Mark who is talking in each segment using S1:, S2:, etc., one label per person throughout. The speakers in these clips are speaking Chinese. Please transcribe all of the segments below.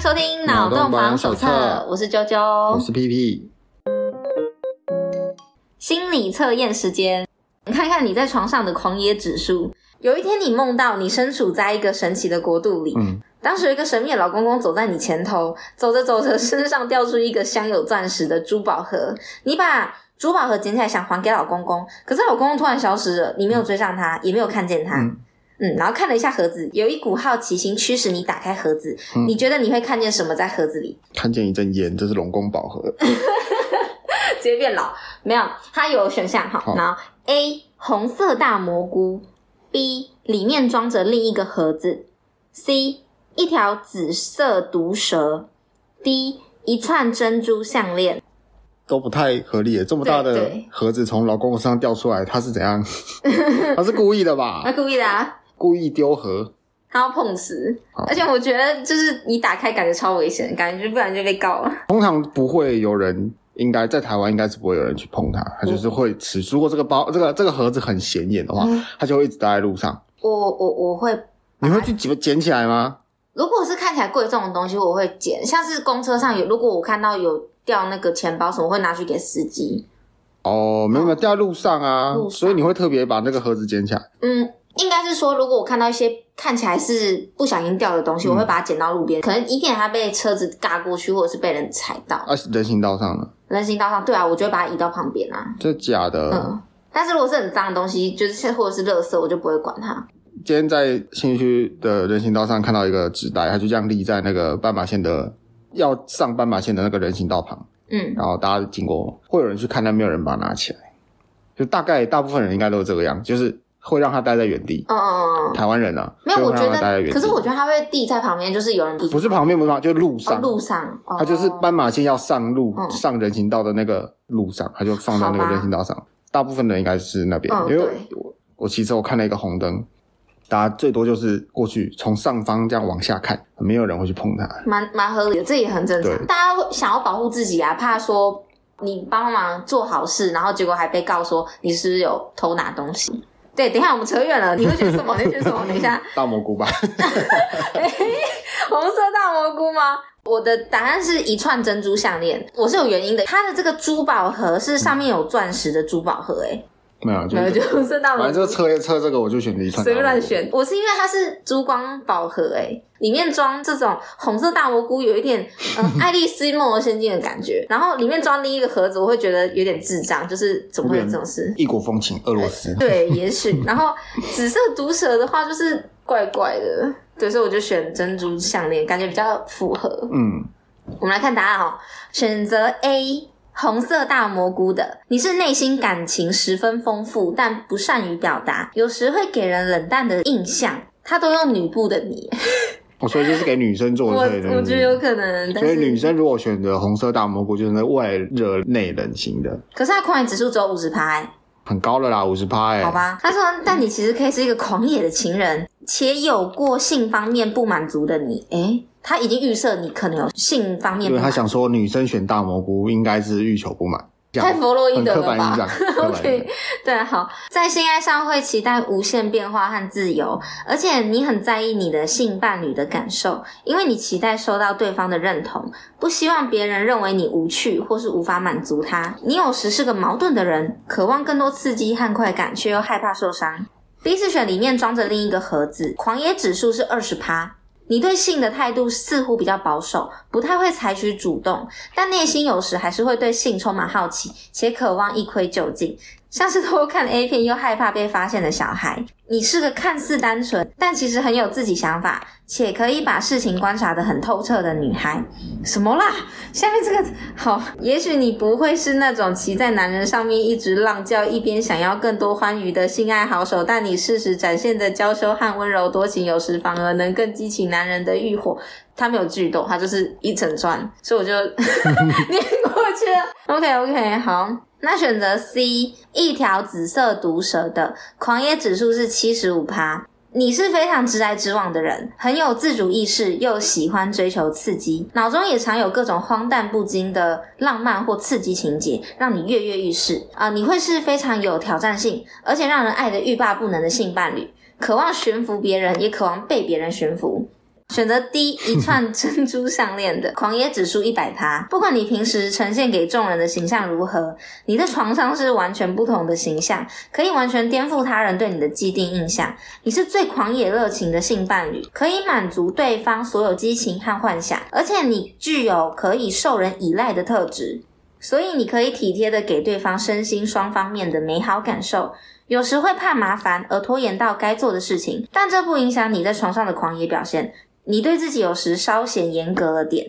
S1: 收听《脑洞榜手册
S2: 脑洞榜手》册，
S1: 我是啾
S2: 我
S1: 啾。
S2: 是 PP，
S1: 心理测验时间，你看看你在床上的狂野指数。有一天，你梦到你身处在一个神奇的国度里，
S2: 嗯，
S1: 当时有一个神秘的老公公走在你前头，走着走着，身上掉出一个镶有钻石的珠宝盒，你把珠宝盒捡起来想还给老公公，可是老公公突然消失了，你没有追上他，也没有看见他。
S2: 嗯
S1: 嗯然后看了一下盒子，有一股好奇心驱使你打开盒子。
S2: 嗯
S1: 你觉得你会看见什么在盒子里？
S2: 看见一阵烟，这是龙宫宝盒，
S1: 直接变老？没有，它有选项哈。
S2: 好
S1: 然后 A 红色大蘑菇，B 里面装着另一个盒子，C 一条紫色毒蛇，D 一串珍珠项链。
S2: 都不太合理耶。这么大
S1: 对
S2: 的
S1: 对
S2: 盒子从老公公身上掉出来，他是怎样？ 他是故意的
S1: 那
S2: 吧？
S1: 故意的啊，
S2: 故意丢盒？
S1: 他要碰瓷
S2: 好。
S1: 而且我觉得就是你打开感觉超危险，感觉不然就被告了。
S2: 通常不会有人，应该在台湾应该是不会有人去碰它，它就是会吃。如果这个包这个这个盒子很显眼的话，
S1: 嗯
S2: 它就会一直待在路上。
S1: 我我我会，
S2: 你会去捡捡起来吗？
S1: 如果是看起来贵重的东西，我会捡。像是公车上有，如果我看到有掉那个钱包什么，我会拿去给司机。
S2: 哦，没有没有，掉在路上啊，
S1: 路上
S2: 所以你会特别把那个盒子捡起来。
S1: 嗯，应该是说，如果我看到一些看起来是不小心掉的
S2: 嗯
S1: 东西，我会把它捡到路边，可能一定它被车子嘎过去，或者是被人踩到，
S2: 啊，人行道上了，
S1: 人行道上，对啊，我就会把它移到旁边啊。
S2: 这假的。
S1: 嗯，但是如果是很脏的东西，就是或者是垃圾，我就不会管它。
S2: 今天在新区的人行道上看到一个纸袋，它就这样立在那个斑马线的要上斑马线的那个人行道旁，
S1: 嗯，
S2: 然后大家经过，会有人去看，但没有人把它拿起来。就大概大部分人应该都是这个样，就是会让它待在原地。
S1: 嗯嗯嗯，
S2: 台湾人啊，
S1: 没有，
S2: 就
S1: 我
S2: 会
S1: 觉
S2: 让它待在
S1: 得，
S2: 原地。
S1: 可是我觉得它会立在旁边，就是有人
S2: 不是旁边，不是旁边，就是路
S1: 哦
S2: 上，
S1: 路上，哦
S2: 它就是斑马线要上路、
S1: 嗯
S2: 上人行道的那个路上，它就放在那
S1: 好吧
S2: 个人行道上。大部分人应该是那边，
S1: 嗯
S2: 因为
S1: 对
S2: 我我骑车我看了一个红灯，大家最多就是过去从上方这样往下看，没有人会去碰它。
S1: 蛮蛮合理的，这也很正常。
S2: 对
S1: 大家会想要保护自己啊，怕说你帮忙做好事，然后结果还被告说你是不是有偷拿东西。对，等一下我们扯远了，你会选什么？你会选什么？等一下，
S2: 大蘑菇吧，
S1: 红色大蘑菇吗？我的答案是一串珍珠项链，我是有原因的。它的这个珠宝盒是上面有钻石的珠宝盒、欸，
S2: 没有，就
S1: 哎，没有 就是红色大
S2: 反
S1: 蘑
S2: 正这
S1: 菇
S2: 个。车车这个我就选了一串，
S1: 随便乱。选，我是因为它是珠光宝盒、欸，里面装这种红色大蘑菇，有一点嗯爱丽丝梦游仙境的感觉。然后里面装另一个盒子，我会觉得有点智障，就是怎么会有这种事？
S2: 异国风情，俄罗斯。
S1: 对，也许。然后紫色毒蛇的话，就是怪怪的，对，所以我就选珍珠项链，感觉比较符合。
S2: 嗯，
S1: 我们来看答案哦，选择 A。红色大蘑菇的，你是内心感情十分丰富，但不善于表达，有时会给人冷淡的印象。他都用女布的你，
S2: 我哦所以就是给女生做
S1: 我
S2: 的，对对
S1: 我
S2: 对
S1: 觉得有可能，但
S2: 所
S1: 是
S2: 以女，生如果选择红色大蘑菇，就是那外热内冷型的，
S1: 可是他狂野指数只有五十趴，欸
S2: 很高了啦，五十趴哎。
S1: 好吧？他说，但你其实可以是一个狂野的情人，且有过性方面不满足的你，诶、他已经预设你可能有性方面
S2: 因
S1: 不
S2: 为他
S1: 满足，
S2: 想说女生选大蘑菇应该是欲求不满，这
S1: 太
S2: 样
S1: 弗洛伊
S2: 很
S1: 德
S2: 刻
S1: 了
S2: 板印 象
S1: 吧？。
S2: 刻板印
S1: OK，对， 好，在性爱上会期待无限变化和自由，而且你很在意你的性伴侣的感受，因为你期待受到对方的认同，不希望别人认为你无趣或是无法满足他。你有时是个矛盾的人，渴望更多刺激和快感，却又害怕受伤。B 次选里面装着另一个盒子，狂野指数是二十趴。你对性的态度似乎比较保守，不太会采取主动，但内心有时还是会对性充满好奇，且渴望一窥究竟。像是偷看 A 片又害怕被发现的小孩。你是个看似单纯，但其实很有自己想法，且可以把事情观察得很透彻的女孩。什么啦？下面这个好，也许你不会是那种骑在男人上面一直浪叫，一边想要更多欢愉的性爱好手，但你适时展现的娇羞和温柔多情，有时反而能更激起男人的欲火。他没有剧斗，他就是一整串，所以我就 念过去了。OK OK，好，那选择 C 一条紫色毒蛇的狂野指数是七十五趴。你是非常直来直往的人，很有自主意识，又喜欢追求刺激，脑中也常有各种荒诞不经的浪漫或刺激情节，让你跃跃欲试啊、你会是非常有挑战性，而且让人爱得欲罢不能的性伴侣，渴望驯服别人，也渴望被别人驯服。选择 D 一串珍珠项链的狂野指数一百趴。不管你平时呈现给众人的形象如何，你在床上是完全不同的形象，可以完全颠覆他人对你的既定印象。你是最狂野热情的性伴侣，可以满足对方所有激情和幻想，而且你具有可以受人依赖的特质，所以你可以体贴的给对方身心双方面的美好感受。有时会怕麻烦而拖延到该做的事情，但这不影响你在床上的狂野表现。你对自己有时稍显严格了点，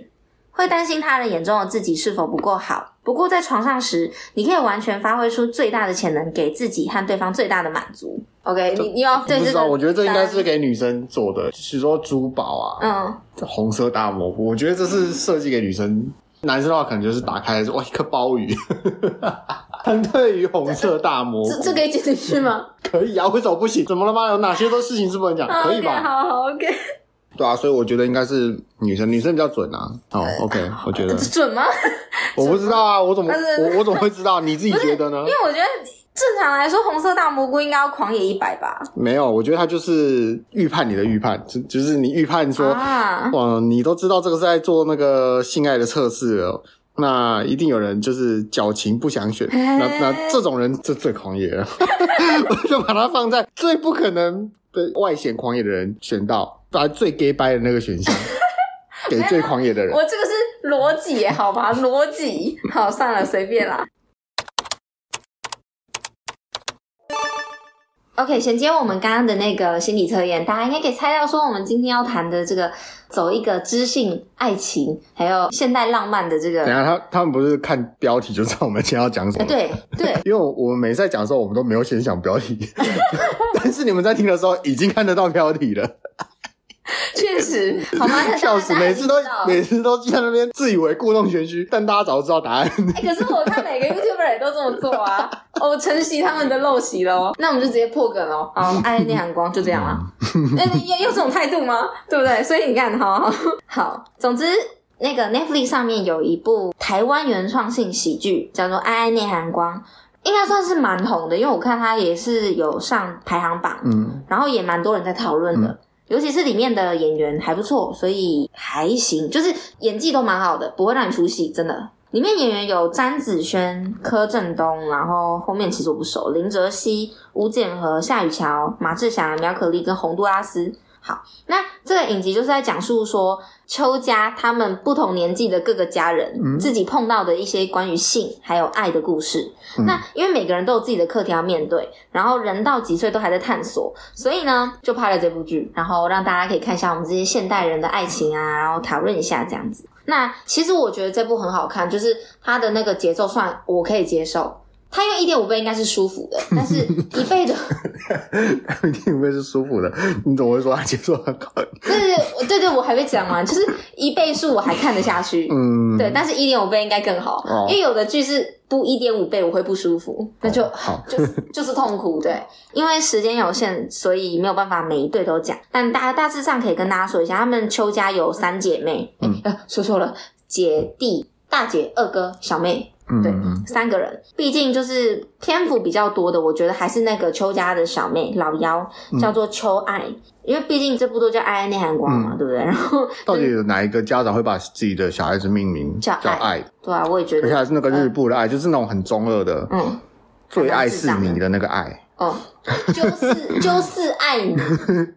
S1: 会担心他人眼中的自己是否不够好。不过在床上时，你可以完全发挥出最大的潜能，给自己和对方最大的满足。OK，你你要对
S2: 不
S1: 这
S2: 知道，
S1: 个，
S2: 我觉得这应该是给女生做的，许多珠宝啊，
S1: 嗯，
S2: 红色大蘑菇，我觉得这是设计给女生。男生的话，可能就是打开哇一颗鲍鱼， 相对于红色大蘑菇，
S3: 这这可以剪进去吗？
S2: 可以啊，为什么不行？怎么了吗？有哪些都事情是不能讲？可以
S3: OK，
S2: 吧？
S3: 好好 OK，
S2: 对啊，所以我觉得应该是女生，女生比较准啊。哦，OK，我觉得
S1: 准吗？
S2: 我不知道啊，我怎么
S1: 但是
S2: 我我怎么会知道？你自己觉得呢
S1: 因？为我觉得正常来说，红色大蘑菇应该要狂野一百吧？
S2: 没有，我觉得他就是预判你的预判，就就是你预判说，
S1: 啊，
S2: 哇，你都知道这个是在做那个性爱的测试了，那一定有人就是矫情不想选，那那这种人就最狂野了， 我就把他放在最不可能的外显狂野的人选到，把最 gay 掰的那个选项给最狂野 的人。
S3: 我这个是逻辑耶，好吧，逻辑。
S1: 好，算了，随便啦。OK，衔接我们刚刚的那个心理测验，大家应该可以猜到，说我们今天要谈的这个走一个知性爱情，还有现代浪漫的这个
S2: 等一，下，他他们不是看标题就知道我们今天要讲什
S1: 哎
S2: 么？
S1: 对对，
S2: 因为我们每次在讲的时候，我们都没有先想标 题，但是你们在听的时候已经看得到标题了。
S1: 确实，好吗？那
S2: 笑死，
S1: 大家
S2: 每次都
S1: 大家已经知道
S2: 每次都在那边自以为故弄玄虚，但大家早就知道答案。
S3: 哎、可是我看每个 YouTuber 也都这么做啊。哦，晨曦他们的陋习了哦，那我们就直接破梗哦。
S1: 好，爱恋阳光就这样啦。
S3: 那你要用这种态度吗？
S1: 对不对？所以你看，好好，总之。那个 Netflix 上面有一部台湾原创性喜剧，叫做《爱爱内涵光》，应该算是蛮红的，因为我看它也是有上排行榜，
S2: 嗯，
S1: 然后也蛮多人在讨论的，尤其是里面的演员还不错，所以还行，就是演技都蛮好的，不会让你出戏，真的。里面演员有詹子萱、柯震东，然后后面其实我不熟，林哲熙、吴建和、夏雨乔、马志祥、苗可丽跟洪都拉斯。好，那这个影集就是在讲述说邱家他们不同年纪的各个家人、
S2: 嗯
S1: 自己碰到的一些关于性还有爱的故事。
S2: 嗯
S1: 那因为每个人都有自己的课题要面对，然后人到几岁都还在探索，所以呢，就拍了这部剧，然后让大家可以看一下我们这些现代人的爱情啊，然后讨论一下这样子。那其实我觉得这部很好看，就是它的那个节奏算我可以接受，它用一点五倍应该是舒服 的，但是一倍的，
S2: 一定会是舒服的。你怎么会说他接受很高？
S1: 对对对对对，我还没讲 完，就是一倍数我还看得下去，
S2: 嗯，
S1: 对，但是一点五倍应该更好，
S2: 哦
S1: 因为有的剧是不一点五倍我会不舒服，那就
S2: 好，
S1: 就是就是痛苦，对，因为时间有限，所以没有办法每一对都讲，但大大致上可以跟大家说一下，他们邱家有三姐妹，诶
S2: 嗯
S1: 呃，说错了，姐弟、大姐、二哥、小妹，
S2: 嗯
S1: 对
S2: 嗯
S1: 三个人，毕竟就是篇幅比较多的，我觉得还是那个邱家的小妹老幺
S2: 嗯
S1: 叫做邱爱，因为毕竟这部都叫《爱爱内涵光》嘛，
S2: 嗯
S1: 对不对？然后
S2: 到底有哪一个家长会把自己的小孩子命名
S1: 叫
S2: 叫爱？
S1: 对啊，我也觉
S2: 而且
S1: 得，
S2: 还是那个日部的爱，就是那种很中二的，
S1: 嗯，
S2: 最爱是你的那个爱，
S1: 哦，就是就是爱 你，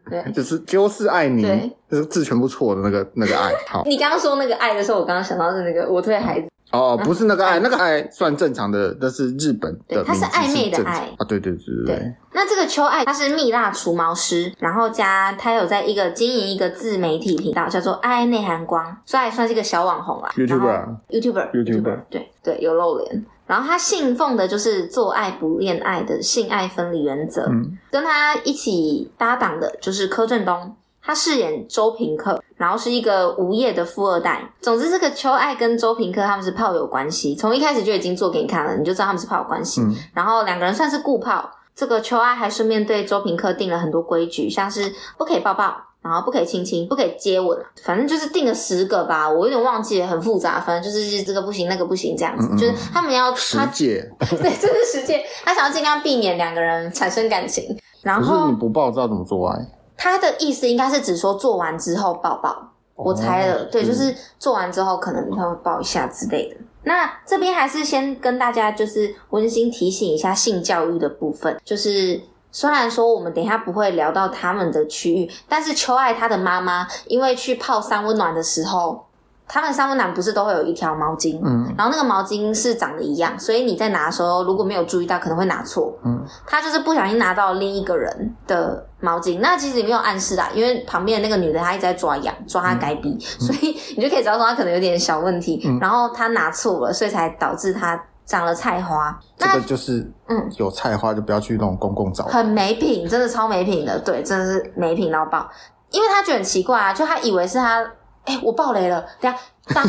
S1: 对，
S2: 就是就是爱你
S1: 嗯对，
S2: 就是字全部错的那个那个爱。好，
S1: 你刚刚说那个爱的时候，我刚刚想到是那个我对孩子，
S2: 哦，不是那个爱，那个爱算正常的，那是日本的
S1: 嗯对
S2: 名字，
S1: 它是暧昧的
S2: 正常
S1: 爱
S2: 啊，对对对对对
S1: 对。那这个秋爱她是蜜蜡除毛师，然后加她有在一个经营一个自媒体频道，叫做“爱爱内涵光”，所以还算是一个小网红啦。
S2: YouTuber 啊
S1: YouTuber，YouTuber，
S2: YouTuber
S1: 对对，有露脸。然后她信奉的就是做爱不恋爱的性爱分离原则，
S2: 嗯
S1: 跟她一起搭档的就是柯震东。他饰演周平克，然后是一个无业的富二代。总之，这个秋爱跟周平克他们是炮友关系，从一开始就已经做给你看了，你就知道他们是炮友关系。
S2: 嗯
S1: 然后两个人算是顾炮。这个秋爱还顺便对周平克定了很多规矩，像是不可以抱抱，然后不可以亲亲，不可以接吻，反正就是定了十个吧，我有点忘记了，很复杂。反正就是这个不行，那个不行，这样子，
S2: 嗯嗯嗯
S1: 就是他们要
S2: 十
S1: 他
S2: 戒，
S1: 对，这是实践，他想要尽量避免两个人产生感情。然
S2: 可是
S1: 后
S2: 你不抱知道怎么做爱？
S1: 他的意思应该是指说做完之后抱抱，我猜的，对，就是做完之后可能他会抱一下之类的。那这边还是先跟大家就是温馨提醒一下性教育的部分，就是虽然说我们等一下不会聊到他们的区域，但是秋爱她的妈妈因为去泡三温暖的时候，他们三温暖不是都会有一条毛巾，
S2: 嗯
S1: 然后那个毛巾是长得一样，所以你在拿的时候如果没有注意到，可能会拿错。
S2: 嗯，
S1: 他就是不小心拿到另一个人的毛巾，那其实你没有暗示啦，因为旁边的那个女的她一直在抓痒，抓她该逼，所以你就可以知道说她可能有点小问题，
S2: 嗯
S1: 然后她拿错了，所以才导致她长了菜花。
S2: 这
S1: 那
S2: 个就是
S1: 嗯
S2: 有菜花就不要去那种公共澡堂。
S1: 很没品，真的超没品的，对，真的是没品到爆。因为他觉得很奇怪啊，就他以为是他，哎、我爆雷了，等一下，大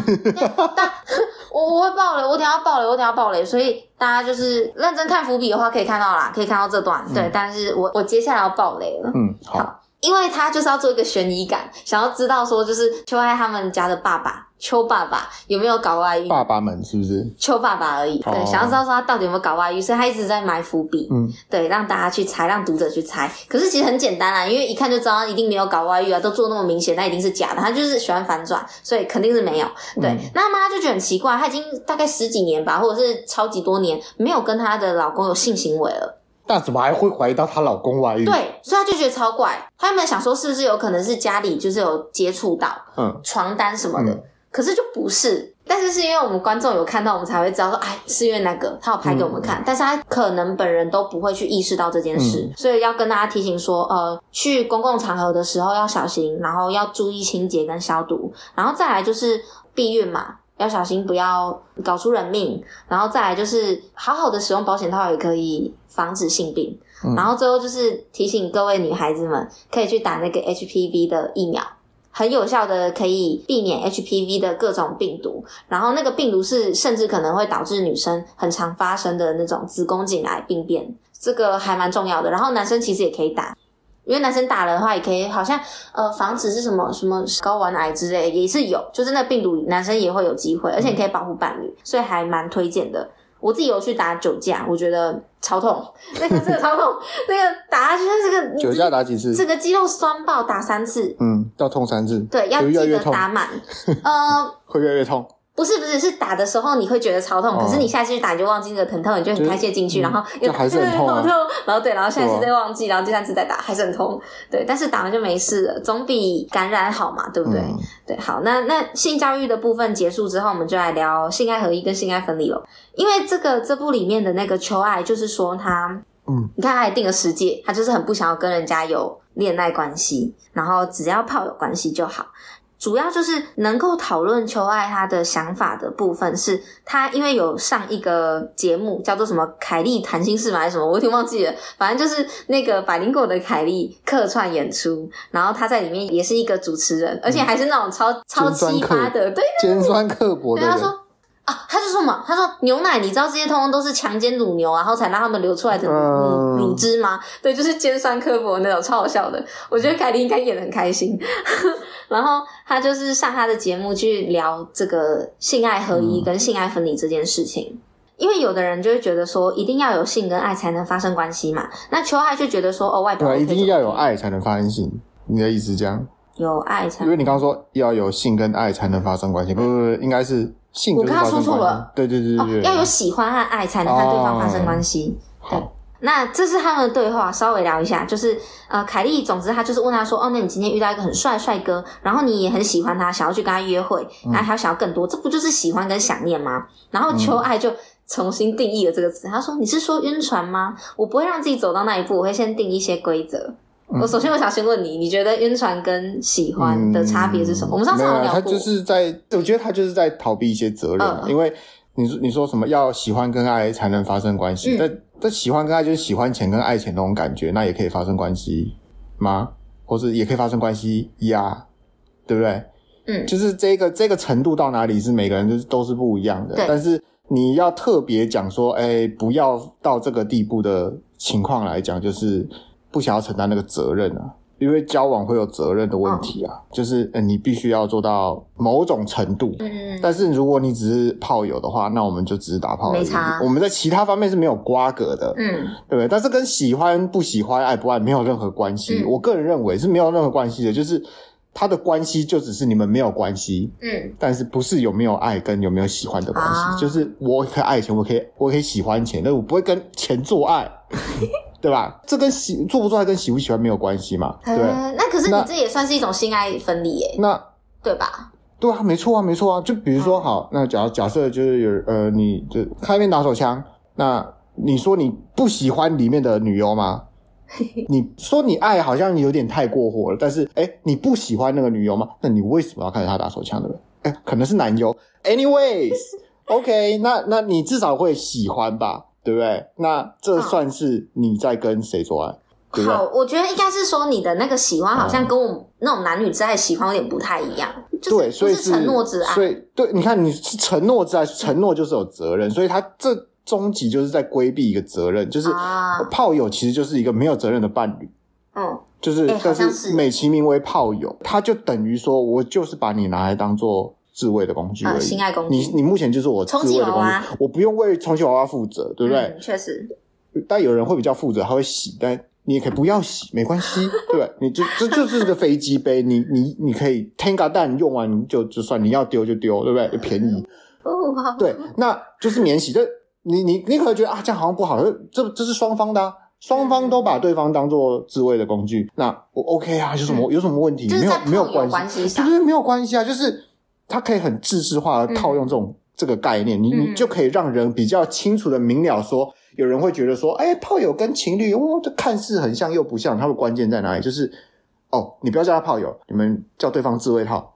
S1: 大， 我我会爆雷，我等一下要爆雷，我等一下要爆雷，所以大家就是认真看伏笔的话，可以看到啦，可以看到这段，对，但是我我接下来要爆雷了。
S2: 嗯，好，
S1: 因为他就是要做一个悬疑感，想要知道说，就是秋爱他们家的爸爸邱爸爸有没有搞外遇，
S2: 爸爸们是不是？
S1: 邱爸爸而已，对，
S2: 哦
S1: 想要知道说他到底有没有搞外遇，所以他一直在埋伏笔。
S2: 嗯，
S1: 对，让大家去猜，让读者去猜。可是其实很简单啊啦，因为一看就知道他一定没有搞外遇啊，都做那么明显，那一定是假的。他就是喜欢反转，所以肯定是没有。对，
S2: 嗯
S1: 那妈妈就觉得很奇怪，她已经大概十几年吧，或者是超级多年没有跟她的老公有性行为了。
S2: 但怎么还会怀疑到她老公外遇？，
S1: 对，所以她就觉得超怪。她原本想说是不是有可能是家里就是有接触到
S2: 嗯，
S1: 床单什么的，
S2: 嗯
S1: 可是就不是。但是是因为我们观众有看到，我们才会知道说，哎，是因为那个他有拍给我
S2: 嗯
S1: 们看，但是他可能本人都不会去意识到这件事，所以要跟大家提醒说，呃，去公共场合的时候要小心，然后要注意清洁跟消毒，然后再来就是避孕嘛，要小心不要搞出人命，然后再来就是好好的使用保险套也可以防止性病，
S2: 嗯
S1: 然后最后就是提醒各位女孩子们可以去打那个 HPV 的疫苗。很有效的可以避免 HPV 的各种病毒，然后那个病毒是甚至可能会导致女生很常发生的那种子宫颈癌病变，这个还蛮重要的。然后男生其实也可以打，因为男生打了的话也可以，好像呃防止是什么什么睾丸癌之类也是有，就是那病毒男生也会有机
S2: 嗯
S1: 会，而且你可以保护伴侣，所以还蛮推荐的。我自己有去打酒驾，我觉得超痛，那个真的超痛，那个打下去那这个
S2: 酒驾打几次？
S1: 这个肌肉酸爆，打三次，
S2: 嗯，要痛三次，
S1: 对，要
S2: 有
S1: 记
S2: 越来越
S1: 得
S2: 痛
S1: 打 满。呃，
S2: 会越来越痛。
S1: 不是不是，是打的时候你会觉得超痛，
S2: 哦
S1: 可是你下次去打你就忘记那个疼痛，你就很开心地进去，
S2: 嗯
S1: 然后又
S2: 就还是很痛啊
S1: 好 痛然后对，然后下一次
S2: 对啊
S1: 再忘记，然后第三次再打还是很痛，对，但是打完就没事了，总比感染好嘛，对不对？
S2: 嗯
S1: 对，好，那那性教育的部分结束之后，我们就来聊性爱合一跟性爱分离了，因为这个这部里面的那个求爱，就是说他
S2: 嗯，
S1: 你看，他还定了十戒，他就是很不想要跟人家有恋爱关系，然后只要炮友关系就好。主要就是能够讨论求爱他的想法的部分是，他因为有上一个节目叫做什么凯莉谈心事嘛还是什么，我有点忘记了，反正就是那个百灵果的凯莉客串演出，然后他在里面也是一个主持人，而且还是那种超、超
S2: 尖酸
S1: 奇葩
S2: 刻
S1: 的，对
S2: 尖酸刻薄
S1: 对，
S2: 的
S1: 他
S2: 人，
S1: 说啊，他就说嘛，他说牛奶，你知道这些通通都是强奸乳牛，然后才让他们流出来的乳、
S2: 嗯
S1: 乳汁吗？对，就是尖酸刻薄那种，超好笑的。我觉得凯莉应该演的很开心。 然后他就是上他的节目去聊这个性爱合
S2: 嗯
S1: 一跟性爱分离这件事情。因为有的人就会觉得说，一定要有性跟爱才能发生关系嘛。那求爱就觉得说，哦，外表
S2: 对啊，
S1: OK
S2: 一
S1: 就
S2: 定要有爱才能发生性。你的意思这样？
S1: 有爱才
S2: 因为你刚刚说要有性跟爱才能发生关系，不不不，应该是性就是
S1: 嗯我刚
S2: 发生
S1: 刚说
S2: 关系。
S1: 错了
S2: 对对对
S1: 哦
S2: 对对，
S1: 要有喜欢和爱才能和对方发生关系。
S2: 哦好，
S1: 那这是他们的对话，稍微聊一下，就是呃，凯莉，总之他就是问他说，哦，那你今天遇到一个很帅的帅哥，然后你也很喜欢他，想要去跟他约会，
S2: 嗯
S1: 然后还想要更多，这不就是喜欢跟想念吗？然后秋爱就重新定义了这个词，他说你是说晕船吗？我不会让自己走到那一步，我会先定一些规则。
S2: 嗯
S1: 我首先我想先问你，你觉得晕船跟喜欢的差别是什么？我们上次
S2: 嗯没
S1: 好
S2: 有
S1: 像聊
S2: 啊他
S1: 过，
S2: 就是在，我觉得他就是在逃避一些责任啊，
S1: 嗯
S2: 因为你说你说什么要喜欢跟爱才能发生关系，
S1: 嗯
S2: 但但喜欢跟爱就是喜欢钱跟爱钱那种感觉，那也可以发生关系吗？或是也可以发生关系呀，对不对？
S1: 嗯
S2: 就是这个这个程度到哪里是每个人就是都是不一样的
S1: 对，
S2: 但是你要特别讲说，哎，不要到这个地步的情况来讲，就是不想要承担那个责任啊。因为交往会有责任的问题啊，就是、呃、你必须要做到某种程度。
S1: 嗯，
S2: 但是如果你只是炮友的话，那我们就只是打炮而
S1: 没
S2: 已
S1: 差。
S2: 我们在其他方面是没有瓜葛的，
S1: 嗯，
S2: 对不对？但是跟喜欢不喜欢、爱不爱没有任何关系。
S1: 嗯
S2: 我个人认为是没有任何关系的，就是他的关系就只是你们没有关系，
S1: 嗯，
S2: 但是不是有没有爱跟有没有喜欢的关系，
S1: 啊
S2: 就是我可以爱钱，我可以我可以喜欢钱，但我不会跟钱做爱，对吧？这跟喜做不做爱跟喜不喜欢没有关系嘛，对。
S1: 呃那可是你
S2: 那
S1: 这也算是一种性爱分离耶，
S2: 那
S1: 对吧？
S2: 对啊，没错啊，没错啊。就比如说，好，那假假设就是有呃，你就开面打手枪，那你说你不喜欢里面的女优吗？你说你爱好像有点太过火了，但是哎，你不喜欢那个女优吗？那你为什么要看着她打手枪的人？哎，可能是男优。Anyways，OK，、那那你至少会喜欢吧，对不对？那这算是你在跟谁做爱，对不啊嗯对
S1: 好，？我觉得应该是说你的那个喜欢好像跟我们那种男女之爱喜欢有点不太一样，就
S2: 对，
S1: 是
S2: 所
S1: 不
S2: 以
S1: 是
S2: 是
S1: 承诺之爱，
S2: 所以对，你看你是承诺之爱，承诺就是有责任，所以他这终极就是在规避一个责任，就是
S1: 啊
S2: 炮友其实就是一个没有责任的伴侣，
S1: 嗯，
S2: 就是
S1: 哎好
S2: 但
S1: 像
S2: 是
S1: 是
S2: 美其名为炮友，他就等于说我就是把你拿来当做自慰的工具
S1: 啊
S2: 而已
S1: 性。爱工具
S2: 你你目前就是我自
S1: 充气
S2: 慰
S1: 娃
S2: 的工
S1: 娃
S2: 具，我不用为充气娃娃负责，对不对？
S1: 嗯确实，
S2: 但有人会比较负责，他会洗，但你也可以不要洗，没关系，对吧？你就这就是个飞机杯，你 你你可以 Tenga 蛋用完你就就算，你要丢就丢，对不对？也便宜，
S1: 哦，好，
S2: 对，那就是免洗。但你你你可能觉得啊，这样好像不好，这这这是双方的、啊。双方都把对方当做自卫的工具，那我 OK 啊，有什么、有什么问题？
S1: 就是
S2: 没有
S1: 在朋
S2: 没有
S1: 友
S2: 关系，
S1: 关系
S2: 就
S1: 上，
S2: 是没有关系啊，就是它可以很制式化的套用这种、这个概念，你你
S1: 嗯
S2: 就可以让人比较清楚的明了说，有人会觉得说，哎、炮友跟情侣，哦，这看似很像又不像，它的关键在哪里？就是哦，你不要叫他炮友，你们叫对方自慰套，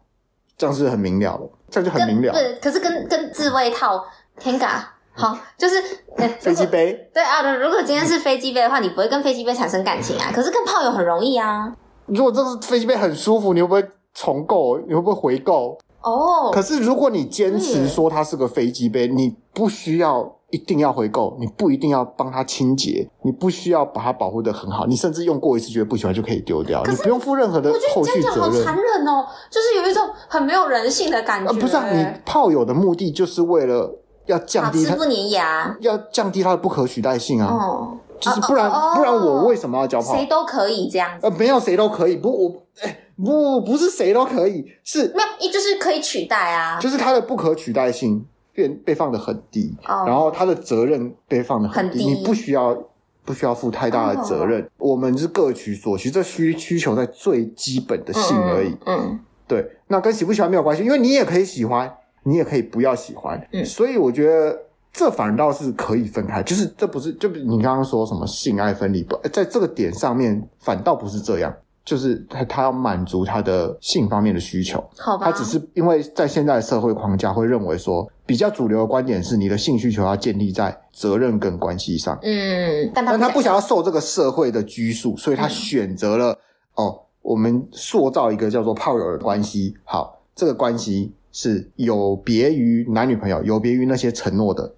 S2: 这样是不是很明了了，这样就很
S1: 跟
S2: 明了。嗯
S1: 对，可是跟跟自慰套天嘎。好，就是呃
S2: 飞机
S1: 如果
S2: 杯
S1: 对啊，如果今天是飞机杯的话，你不会跟飞机杯产生感情啊。可是跟炮友很容易啊。
S2: 如果这是飞机杯很舒服，你会不会重购？你会不会回购？
S1: 哦，
S2: 可是如果你坚持
S1: 对
S2: 说它是个飞机杯，你不需要一定要回购，你不一定要帮它清洁，你不需要把它保护的很好，你甚至用过一次觉得不喜欢就可以丢掉，
S1: 可
S2: 你
S1: 是
S2: 不用负任何的
S3: 我觉得
S2: 后
S3: 你这
S2: 续
S3: 样讲好
S2: 责任。
S1: 欸
S3: 残忍哦，就是有一种很没有人性的感觉。
S2: 啊，不是啊，你炮友的目的就是为了要降
S1: 好
S2: 低
S1: 吃
S2: 它
S1: 不，粘牙。
S2: 要降低它的不可取代性啊，
S1: 哦，
S2: 就是不然
S1: 哦哦
S2: 不然我为什么要交炮
S1: 谁？都可以这样子，
S2: 呃，没有谁都可以，不我哎不不是谁都可以，是
S1: 没有，一就是可以取代啊。
S2: 就是它的不可取代性变被放得很低，
S1: 哦
S2: 然后它的责任被放得很
S1: 很
S2: 低，
S1: 低哦
S2: 你不需要不需要负太大的责任。我们是各取所需，这需需求在最基本的性而已。
S1: 嗯，
S2: 对，那跟喜不喜欢没有关系，因为你也可以喜欢，你也可以不要喜欢。
S1: 嗯
S2: 所以我觉得。这反倒是可以分开，就是这不是就你刚刚说什么性爱分离不，在这个点上面反倒不是这样，就是他他要满足他的性方面的需求，
S1: 嗯好吧。
S2: 他只是因为在现在的社会框架会认为说，比较主流的观点是你的性需求要建立在责任跟关系上，
S1: 嗯，但他
S2: 但他不
S1: 想
S2: 想要受这个社会的拘束，所以他选择了、哦，我们塑造一个叫做炮友的关系。好，这个关系是有别于男女朋友，有别于那些承诺
S1: 嗯
S2: 的。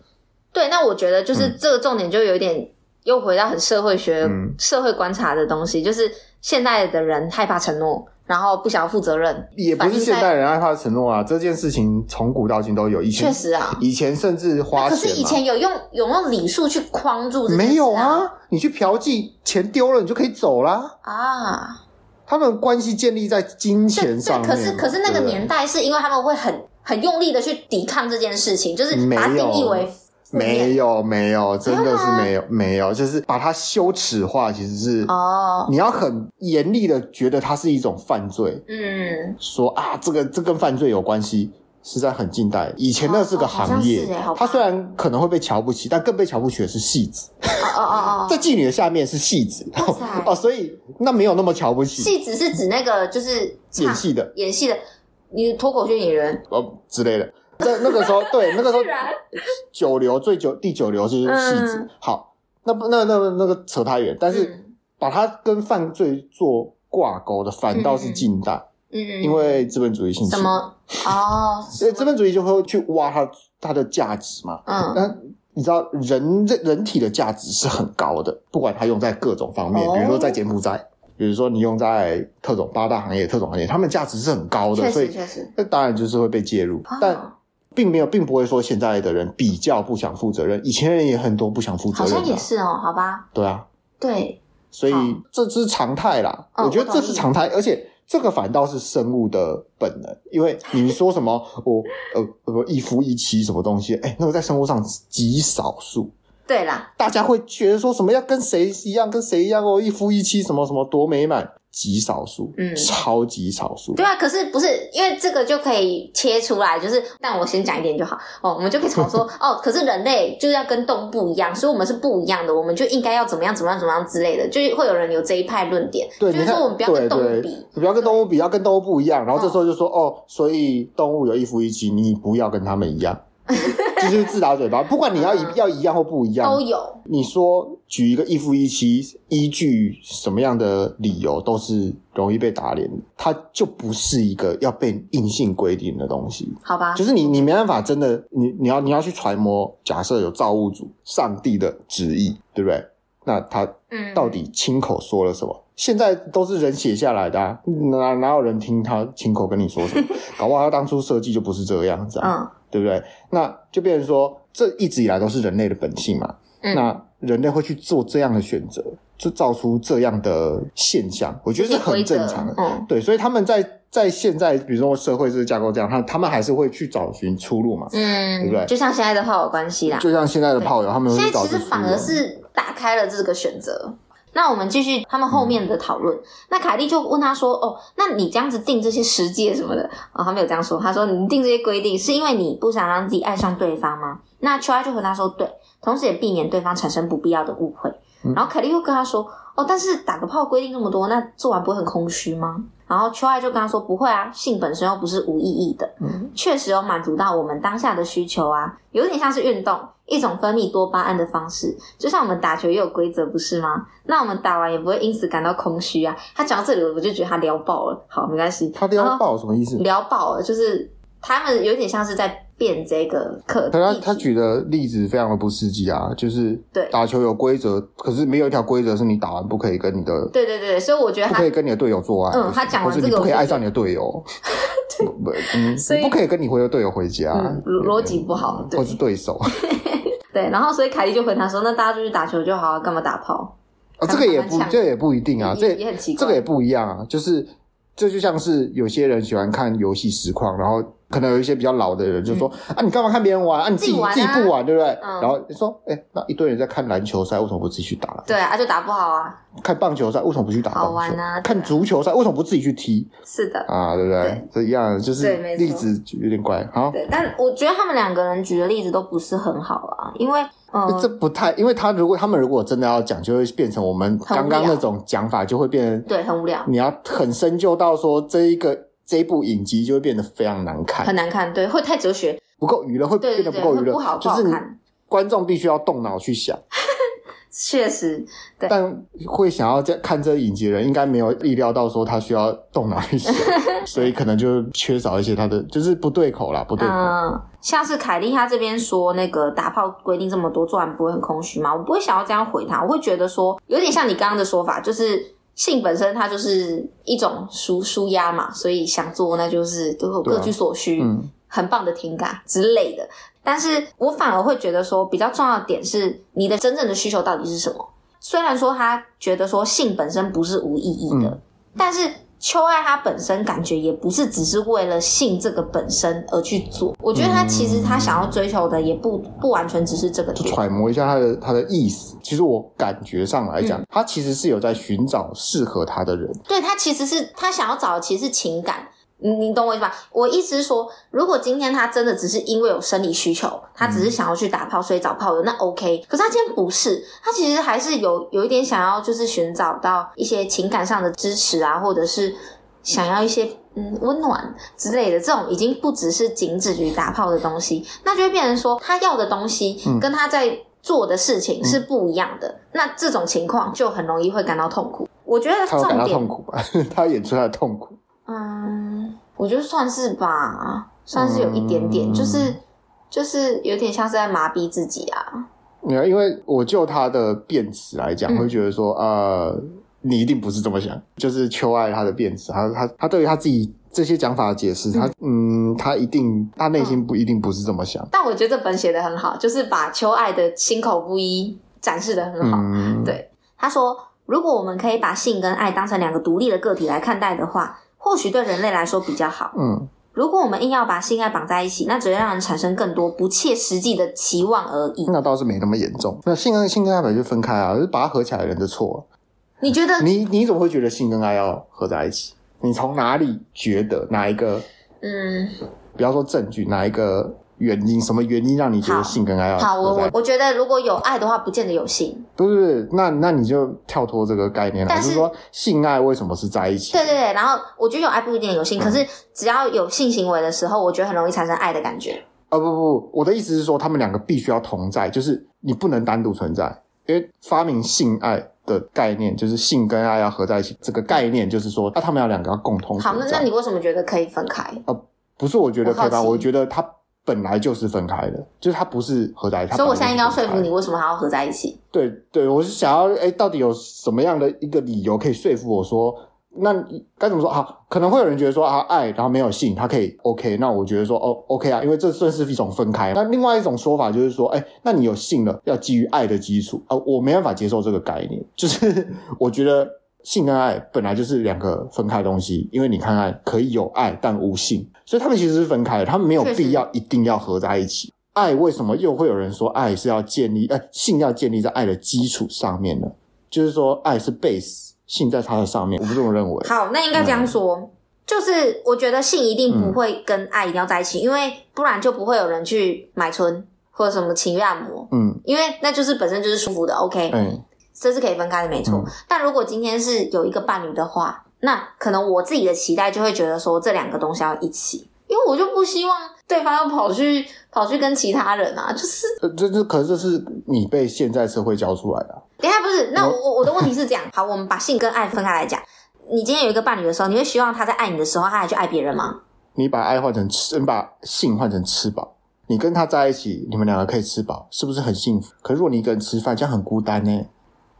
S1: 对。那我觉得就是
S2: 嗯
S1: 这个重点就有点又回到很社会学、
S2: 嗯
S1: 社会观察的东西，就是现代的人害怕承诺，然后不想要负责任，
S2: 也不
S1: 反
S2: 是
S1: 映
S2: 现
S1: 在
S2: 代人害怕承诺啊，这件事情从古到今都有。以前
S1: 确实啊。
S2: 以前甚至花
S1: 可
S2: 钱
S1: 是
S2: 嘛。
S1: 以前有用有用礼数去框住这件事、
S2: 没有啊，你去嫖妓，钱丢了你就可以走啦。
S1: 啊，
S2: 他们关系建立在金
S1: 对
S2: 钱上
S1: 对，
S2: 面
S1: 可
S2: 嘛。
S1: 是可是那个
S2: 对不对
S1: 年代是因为他们会很很用力的去抵抗这件事情，就是把它
S2: 没有
S1: 定义为负面
S2: 没有没有，真的是
S1: 吗
S2: 没有没有，就是把它羞耻化，其实是、
S1: 哦，
S2: 你要很严厉的觉得它是一种犯罪，
S1: 嗯，
S2: 说啊这个这跟犯罪有关系。是在很近代，以前那是个
S1: 哦好像
S2: 行业
S1: 是耶好，吧
S2: 它虽然可能会被瞧不起，但更被瞧不起的是戏子，
S1: 哦哦哦
S2: 在
S1: 哦，
S2: 妓女的下面是戏子，
S1: 哇塞
S2: 哦，所以那没有那么瞧不起
S1: 戏只啊是指那个就是唱
S2: 演戏的
S1: 演戏的，你脱口秀演员，
S2: 哦之类的，在那个时候，对那个时候
S1: 居然
S2: 九流最九第九流就是戏子。
S1: 嗯
S2: 好，那不那那那个扯太远，但是
S1: 嗯
S2: 把它跟犯罪做挂钩的，反倒是近代，
S1: 嗯，
S2: 因为资本主义兴起
S1: 什，么哦，
S2: 所以资本主义就会去挖它它的价值嘛。
S1: 嗯
S2: 那你知道人人人体的价值是很高的，不管它用在各种方面，
S1: 哦
S2: 比如说在柬埔寨，比如说你用在特种八大行业、特种行业，他们价值是很高的，
S1: 确
S2: 所
S1: 实
S2: 以
S1: 确实，
S2: 那当然就是会被介入，但。
S1: 哦、
S2: 并没有，并不会说现在的人比较不想负责任，以前人也很多不想负责
S1: 好
S2: 任的啊、
S1: 像也是哦，好吧，
S2: 对啊，
S1: 对，
S2: 所以
S1: 好
S2: 这是常态啦。
S1: 嗯
S2: 我觉得这
S1: 我懂
S2: 是
S1: 意
S2: 常态，而且这个反倒是生物的本能，因为你说什么 我呃我一夫一妻什么东西，哎、那个在生活上极少数，
S1: 对啦，
S2: 大家会觉得说什么要跟谁一样，跟谁一样哦，一夫一妻什么什么多美满，极少数，
S1: 嗯
S2: 超级少数，
S1: 对啊，可是不是因为这个就可以切出来，就是但我先讲一点就好哦，我们就可以从 说哦，可是人类就是要跟动物不一样，所以我们是不一样的，我们就应该要怎么样怎么样怎么样之类的，就是会有人有这一派论点，
S2: 对，
S1: 就是
S2: 你看
S1: 说我们不要跟动物
S2: 对
S1: 比嗯
S2: 对，不要跟动物比，要跟动物不一样。然后这时候就说哦，所以动物有一夫一妻，你不要跟他们 一样，这就是自打嘴巴。不管你要一
S1: 嗯
S2: 要一样或不一
S1: 都
S2: 样，
S1: 有，
S2: 你说举一个一夫一妻，依据什么样的理由都是容易被打脸的，它就不是一个要被硬性规定的东西。
S1: 好吧
S2: 就？是你，你没办法真的，你你要你要去揣摩，假设有造物主上帝的旨意，对不对？那他
S1: 嗯，
S2: 到底亲口说了什么？现在都是人写下来的、啊，哪哪有人听他亲口跟你 说什么？搞不好他当初设计就不是这样子啊，
S1: 嗯
S2: 对不对？那就变成说，这一直以来都是人类的本性嘛。
S1: 嗯
S2: 那人类会去做这样的选择，就造出这样的现象，我觉得是很正常的。
S1: 嗯，
S2: 对，所以他们在在现在，比如说社会这个架构这样，他他们还是会去找寻出路嘛。
S1: 嗯，
S2: 对不对
S1: 就像现在的炮友关系啦，
S2: 就像现在的炮友，他们会
S1: 啊现
S2: 去
S1: 在
S2: 找
S1: 其
S2: 寻出
S1: 实
S2: 路。
S1: 反而是打开了这个选择。那我们继续他们后面的讨论。那凯莉就问他说：“哦，那你这样子定这些实界什么的哦，他没有这样说。他说你定这些规定是因为你不想让自己爱上对方吗？”那秋爱就回答说：“对，同时也避免对方产生不必要的误会。
S2: 嗯
S1: 然后凯莉又跟他说：“哦，但是打个炮规定这么多，那做完不会很空虚吗？”然后秋爱就跟他说：“不会啊，性本身又不是无意义的。”
S2: 嗯
S1: 确实有满足到我们当下的需求啊，有点像是运动，一种分泌多巴胺的方式，就像我们打球也有规则，不是吗？那我们打完也不会因此感到空虚啊。他讲到这里，我就觉得他聊爆了。好，没关系，
S2: 他撩爆什么意思？
S1: 聊爆了，就是他们有点像是在变这个课题。
S2: 他他举的例子非常的不实际啊，就是
S1: 对
S2: 打球有规则，可是没有一条规则是你打完不可以跟你的
S1: 对对对，所以我觉得
S2: 不
S1: 他
S2: 可以跟你的队友做爱，
S1: 嗯他讲完
S2: 或是
S1: 这
S2: 你
S1: 个
S2: 不可以
S1: 我就
S2: 爱上你的队友，不不嗯
S3: 所以
S2: 你不可以跟你回的队友回家
S1: 嗯，逻逻辑不好
S2: 嗯
S1: 对
S2: 或是对手
S1: 对，然后所以凯莉就回他说：“那大家就去打球就好啊，干嘛打炮？
S2: 啊，这个也不
S1: 蛮强
S2: 这个也不一定啊，
S1: 也
S2: 这
S1: 也很奇怪
S2: 这个也不一样啊，就是这就像是有些人喜欢看游戏实况，然后可能有一些比较老的人就说、啊，你干嘛看别人玩啊？你自己
S1: 嗯自己玩啊
S2: 不玩对不对？
S1: 嗯
S2: 然后你说哎、那一堆人在看篮球赛，为什么不自己去打篮球
S1: 对啊，就打不好啊。
S2: 看棒球赛为什么不去打棒球？
S1: 好玩啊对啊
S2: 看足球赛为什么不自己去踢
S1: 是的，
S2: 啊？对不对
S1: 对？
S2: 这一样的就是
S1: 对没错
S2: 例子就有点怪。好，
S1: 对，但我觉得他们两个人举的例子都不是很好啊，因为嗯，
S2: 这不太，因为他如果他们如果真的要讲，就会变成我们刚刚那种讲法，就会变成
S1: 对，很无聊，
S2: 你要很深究到说这一个这一部影集就会变得非常难看
S1: 很，难看，对，会太哲学，
S2: 不够娱乐，会
S1: 对
S2: 变
S1: 对
S2: 得
S1: 对，
S2: 够娱
S1: 会
S2: 乐，
S1: 不好，不
S2: 就
S1: 好
S2: 是你
S1: 看，
S2: 观众必须要动脑去想，
S1: 确实，对
S2: 但会想要在看这影集的人，应该没有意料到说他需要动脑 去想，所以可能就缺少一些他的就是不对口啦，不对口。
S1: 嗯，像是凯莉她这边说那个打炮规定这么多，做完不会很空虚吗？我不会想要这样回她，我会觉得说有点像你刚刚的说法，就是性本身它就是一种舒舒压嘛，所以想做那就是都有
S2: 对啊
S1: 各取所需，
S2: 嗯，
S1: 很棒的听感之类的。但是我反而会觉得说，比较重要的点是你的真正的需求到底是什么。虽然说他觉得说性本身不是无意义的，
S2: 嗯
S1: 但是秋爱他本身感觉也不是只是为了性这个本身而去做。我觉得他其实他想要追求的也不不完全只是这个
S2: 就
S1: 点。
S2: 揣摩一下他的他的意思。其实我感觉上来讲，
S1: 嗯
S2: 他其实是有在寻找适合他的人。
S1: 对他其实是他想要找的其实是情感，你你懂我意思吧？我意思是说，如果今天他真的只是因为有生理需求，他
S2: 嗯
S1: 只是想要去打炮，所以找炮友，那 OK。可是他今天不是，他其实还是有有一点想要，就是寻找到一些情感上的支持啊，或者是想要一些嗯温暖之类的，这种已经不只是仅止于打炮的东西，那就会变成说他要的东西
S2: 嗯
S1: 跟他在做的事情是不一样的，那这种情况就很容易会感到痛苦。我觉得
S2: 他有感
S1: 重
S2: 到
S1: 点
S2: 痛苦吧？ 他演出他的痛苦。
S1: 嗯，我觉得算是吧，算是有一点点，
S2: 嗯
S1: 就是就是有点像是在麻痹自己啊。
S2: 没有，因为我就他的辩词来讲，
S1: 嗯
S2: 会觉得说，呃，你一定不是这么想。就是秋爱他的辩词，他他他对于他自己这些讲法的解释，他嗯，他一定他内
S1: 嗯
S2: 心不一定不是这么想。
S3: 但我觉得这本写的很好，就是把秋爱的心口不一展示的很好。
S2: 嗯，
S3: 对
S1: 他说，如果我们可以把性跟爱当成两个独立的个体来看待的话，或许对人类来说比较好。
S2: 嗯
S1: 如果我们硬要把性爱绑在一起，那只会让人产生更多不切实际的期望而已。
S2: 那倒是没那么严重。那性跟性跟爱本来就分开啊，就是把它合起来的人的错啊。
S1: 你觉得？
S2: 你你怎么会觉得性跟爱要合在一起？你从哪里觉得哪一个？
S1: 嗯，
S2: 不要说证据，哪一个原因？什么原因让你觉得
S1: 好
S2: 性跟爱要
S1: 好，我
S2: 合在一
S1: 我
S2: 起？
S1: 我觉得如果有爱的话，不见得有性。
S2: 不是不是，那那你就跳脱这个概念了，
S1: 但是
S2: 就是说性爱为什么是在一起？
S1: 对对对，然后我觉得有爱不一定有
S2: 嗯
S1: 性，可是只要有性行为的时候，我觉得很容易产生爱的感觉。
S2: 啊不不不，我的意思是说，他们两个必须要同在，就是你不能单独存在，因为发明性爱的概念就是性跟爱要合在一起，这个概念就是说，啊那、他们要两个要共同
S1: 好，
S2: 存
S1: 那
S2: 在。
S1: 那你为什么觉得可以分开？
S2: 不是我觉得
S1: 我好
S2: 可以吧？
S1: 奇
S2: 我觉得它本来就是分开的，就是它不是合在一起。它
S1: 所以我
S2: 本
S1: 现在
S2: 来
S1: 应该要
S2: 就是
S1: 说
S2: 分
S1: 服
S2: 开
S1: 你，。为什么还要合在一起？
S2: 对对，我是想要哎，到底有什么样的一个理由可以说服我说？那你该怎么说啊？可能会有人觉得说啊，爱然后没有性，它可以 OK。那我觉得说哦，OK 啊，因为这算是一种分开。那另外一种说法就是说，哎，那你有性了，要基于爱的基础啊，我没办法接受这个概念。就是 我觉得性跟爱本来就是两个分开的东西，因为你看看可以有爱但无性，所以他们其实是分开的，他们没有
S1: 确实
S2: 必要一定要合在一起。爱为什么又会有人说爱是要建立，呃，性要建立在爱的基础上面呢？就是说，爱是 base，性在它的上面，我不嗯这么认为。
S1: 好，那应该这样说，就是我觉得性一定不会跟爱一定要在一起，因为不然就不会有人去买春或者什么情欲按摩，
S2: 嗯，
S1: 因为那就是本身就是舒服的。OK，、
S2: 哎、
S1: 这是可以分开的，没错。
S2: 嗯
S1: 但如果今天是有一个伴侣的话，那可能我自己的期待就会觉得说这两个东西要一起，因为我就不希望对方要跑去跑去跟其他人啊，就是
S2: 呃这这可是这是你被现在社会教出来的啊、
S1: 等一下不是，那我我我的问题是这样，好，我们把性跟爱分开来讲。你今天有一个伴侣的时候，你会希望他在爱你的时候，他还去爱别人吗？
S2: 你把爱换成吃，你把性换成吃饱，你跟他在一起，你们两个可以吃饱，是不是很幸福？可是如果你一个人吃饭，这样很孤单呢、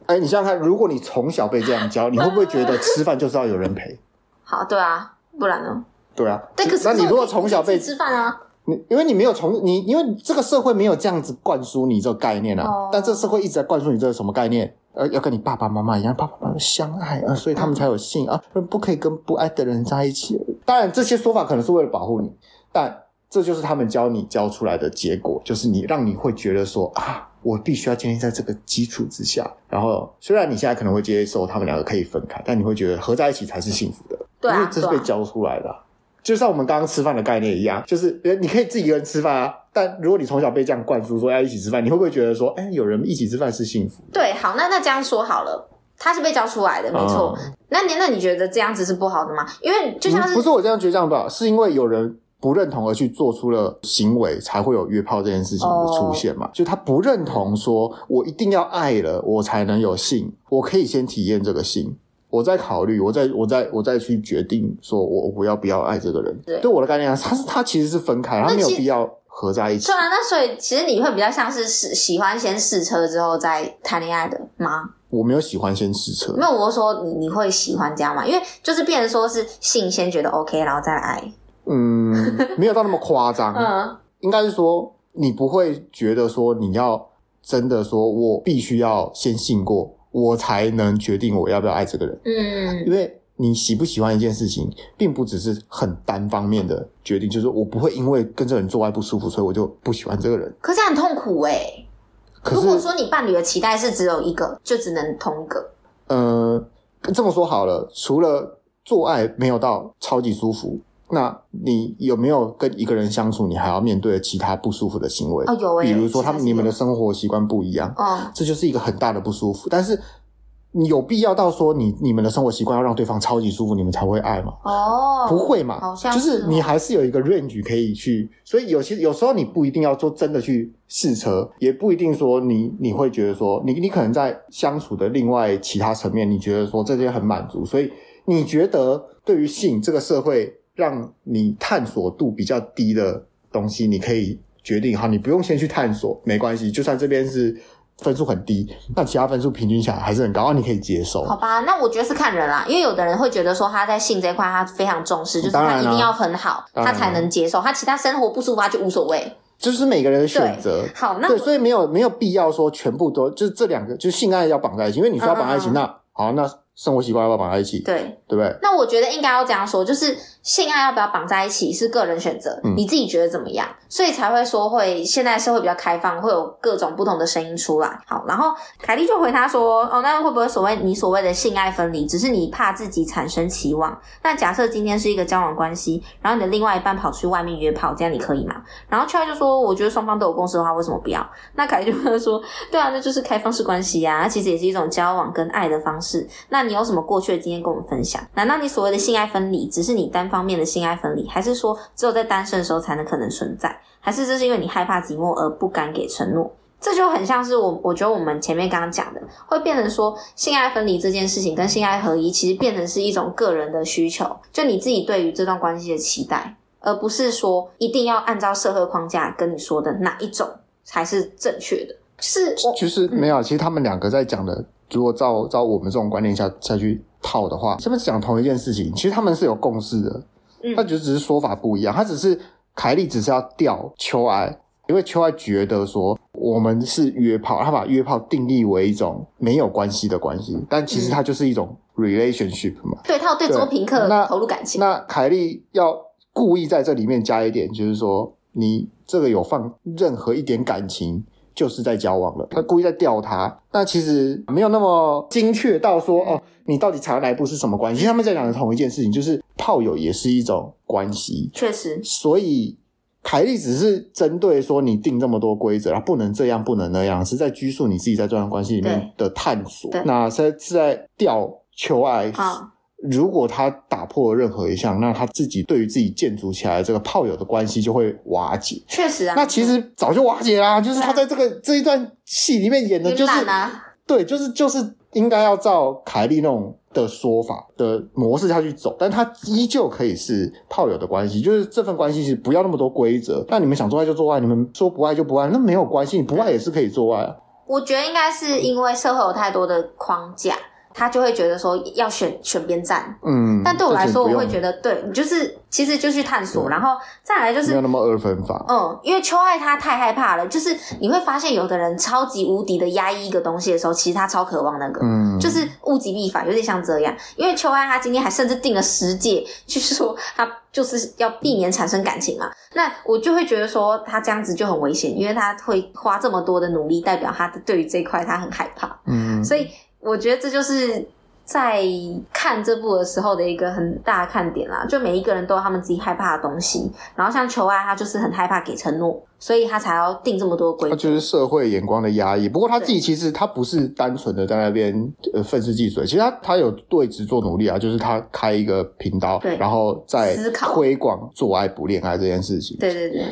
S2: 哎、你想想看，如果你从小被这样教，你会不会觉得吃饭就是要有人陪？
S1: 好，对啊，不然呢？
S2: 对啊，
S1: 但可是
S2: 那你如果从小被
S1: 自己吃饭啊，
S2: 你因为你没有从你，因为这个社会没有这样子灌输你这个概念啊，
S1: 哦
S2: 但这社会一直在灌输你这个什么概念？呃，要跟你爸爸妈妈一样，爸爸妈妈相爱啊、呃所以他们才有性啊，不可以跟不爱的人在一起。当然，这些说法可能是为了保护你，但这就是他们教你教出来的结果，就是你让你会觉得说啊，我必须要建立在这个基础之下。然后，虽然你现在可能会接受他们两个可以分开，但你会觉得合在一起才是幸福的。
S1: 对
S2: 因
S1: 啊
S2: 为，这
S1: 对
S2: 是被
S1: 啊，
S2: 教出来的啊、就像我们刚刚吃饭的概念一样，就是呃你可以自己一个人吃饭啊，但如果你从小被这样灌输说要一起吃饭，你会不会觉得说，哎、有人一起吃饭是幸福的？
S1: 对，好，那那这样说好了，他是被教出来的，没错。
S2: 嗯
S1: 那你那你觉得这样子是不好的吗？因为就像
S2: 嗯
S1: 是
S2: 不是我这样觉得这样吧，是因为有人。不认同而去做出了行为，才会有约炮这件事情
S1: 哦
S2: 的出现嘛就他不认同说，我一定要爱了，我才能有性，我可以先体验这个性，我再考虑，我再我再我再去决定，说我我要不要爱这个人。
S1: 对
S2: 对我的概念啊，他是他其实是分开，他没有
S1: 其
S2: 必要合在一起
S1: 对。啊，那所以其实你会比较像是试喜欢先试车之后再谈恋爱的吗？
S2: 我没有喜欢先试车
S1: 没，有，我是说你你会喜欢这样吗？因为就是变成说是性先觉得 OK，然后再来爱。
S2: 嗯，没有到那么夸张，
S1: 嗯，
S2: 应该是说你不会觉得说你要真的说我必须要先信过，我才能决定我要不要爱这个人，
S1: 嗯，
S2: 因为。你喜不喜欢一件事情，并不只是很单方面的决定，就是我不会因为跟这个人做爱不舒服，所以我就不喜欢这个人。
S1: 可是很痛苦哎、
S2: 可
S1: 如
S2: 是
S1: 果说你伴侣的期待是只有一个，就只能同一个。
S2: 呃，这么说好了，除了做爱没有到超级舒服，那你有没有跟一个人相处，你还要面对其他不舒服的行为？
S1: 哦有欸
S2: 比如说他
S1: 其
S2: 们
S1: 实
S2: 你
S1: 有
S2: 们的生活习惯不一样，
S1: 哦，
S2: 这就是一个很大的不舒服。但是你有必要到说你你们的生活习惯要让对方超级舒服，你们才会爱吗？
S1: 哦，
S2: 不会嘛，
S1: 好像
S2: 就是是你
S1: 哦
S2: 还是有一个 range 可以去，所以有些有时候你不一定要说真的去试车，也不一定说你你会觉得说你你可能在相处的另外其他层面，你觉得说这些很满足，所以你觉得对于性这个社会让你探索度比较低的东西，你可以决定好，你不用先去探索，没关系，就算这边是分数很低，那其他分数平均下来还是很高，那你可以接受。
S1: 好吧，那我觉得是看人啦，因为有的人会觉得说他在性这块他非常重视，就是
S2: 当然
S1: 他
S2: 啊
S1: 一定要很好，
S2: 当
S1: 他
S2: 然啊
S1: 才能接受，他其他生活不舒服他就无所谓。
S2: 就是每个人的选择。
S1: 好，那
S2: 对，
S1: 我
S2: 所以没有没有必要说全部都就是这两个，就是性爱要绑在一起，因为你说要绑在一
S1: 嗯
S2: 起，
S1: 嗯嗯
S2: 那好，那生活习惯要不要绑在一起？
S1: 对。
S2: 对不对？
S1: 那我觉得应该要这样说，就是性爱要不要绑在一起是个人选择，
S2: 嗯
S1: 你自己觉得怎么样，所以才会说会现在社会比较开放，会有各种不同的声音出来。好，然后凯莉就回他说：“哦，那会不会所谓你所谓的性爱分离，只是你怕自己产生期望？那假设今天是一个交往关系，然后你的另外一半跑去外面约炮，这样你可以吗？”然后 Char 就说：“我觉得双方都有共识的话，为什么不要？”那凯莉就跟他说：“对啊，那就是开放式关系呀、它其实也是一种交往跟爱的方式。那你有什么过去的经验跟我们分享？难道你所谓的性爱分离，只是你单方面的性爱分离，还是说只有在单身的时候才能可能存在？还是这是因为你害怕寂寞而不敢给承诺？这就很像是我，我觉得我们前面刚刚讲的，会变成说性爱分离这件事情跟性爱合一，其实变成是一种个人的需求，就你自己对于这段关系的期待，而不是说一定要按照社会框架跟你说的哪一种才是正确的。是我嗯
S2: 就是没有，其实他们两个在讲的，如果照照我们这种观念下下去套的话，是不是讲同一件事情？其实他们是有共识的，
S1: 嗯
S2: 他就只是说法不一样，他只是凯莉只是要吊秋爱。因为秋爱觉得说我们是约炮，他把约炮定义为一种没有关系的关系，但
S1: 嗯
S2: 其实它就是一周 relationship 嘛。
S1: 对他有对周平克
S2: 对那
S1: 投入感情，
S2: 那凯莉要故意在这里面加一点，就是说你这个有放任何一点感情，就是在交往了。他故意在吊他，那其实没有那么精确到说哦，你到底查哪一步是什么关系？他们在讲的同一件事情，就是炮友也是一种关系，
S1: 确实，
S2: 所以。凯莉只是针对说你定这么多规则，然后啊不能这样，不能那样，是在拘束你自己在这段关系里面的探索
S1: 对。
S2: 那是在是在吊求爱
S1: 啊
S2: 如果他打破任何一项，那他自己对于自己建筑起来的这个炮友的关系就会瓦解。
S1: 确实啊。
S2: 那其实早就瓦解啦，就是他在这个这一段戏里面演的
S1: 晕
S2: 就是
S1: 染啊，
S2: 对，就是就是应该要照凯莉那种的说法的模式下去走，但他依旧可以是炮友的关系，就是这份关系是不要那么多规则。那你们想做爱就做爱，你们说不爱就不爱，那没有关系，你不爱也是可以做爱啊。
S1: 我觉得应该是因为社会有太多的框架，他就会觉得说要选选边站。
S2: 嗯，
S1: 但对我来说，我会觉
S2: 得
S1: 得，对你就是其实就去探索，
S2: 对
S1: 然后再来就
S2: 没
S1: 是
S2: 有那么二分法。
S1: 嗯，因为秋爱他太害怕了，就是你会发现有的人超级无敌的压抑一个东西的时候，其实他超渴望那个，
S2: 嗯，
S1: 就是物极必反，有点像这样。因为秋安他今天还甚至定了十戒，就是说他就是要避免产生感情嘛。那我就会觉得说他这样子就很危险，因为他会花这么多的努力，代表他对于这一块他很害怕。
S2: 嗯，
S1: 所以我觉得这就是在看这部的时候的一个很大的看点啦。就每一个人都有他们自己害怕的东西，然后像秋安他就是很害怕给承诺，所以他才要定这么多规
S2: 他
S1: 矩。
S2: 就是社会眼光的压抑。不过他自己其实他不是单纯的在那边呃愤世嫉俗，其实他他有对职做努力啊，就是他开一个频道
S1: 对，
S2: 然后再
S1: 思考
S2: 推广做爱不恋爱这件事情。
S1: 对对对，